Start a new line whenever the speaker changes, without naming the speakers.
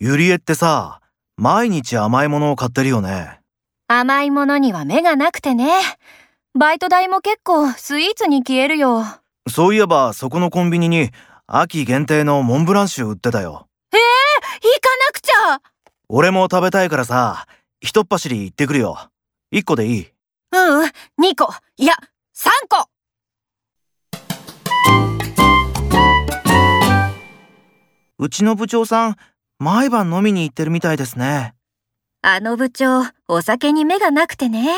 ゆりえってさ、毎日甘いものを買ってるよね。
甘いものには目がなくてね。バイト代も結構スイーツに消えるよ。
そういえば、そこのコンビニに、秋限定のモンブランシュ売ってたよ。
行かなくちゃ
俺も食べたいからさ、ひとっ走り行ってくるよ。一個でいい。
ううん、2個、いや、3個
うちの部長さん、毎晩飲みに行ってるみたいですね。
あの部長、お酒に目がなくてね。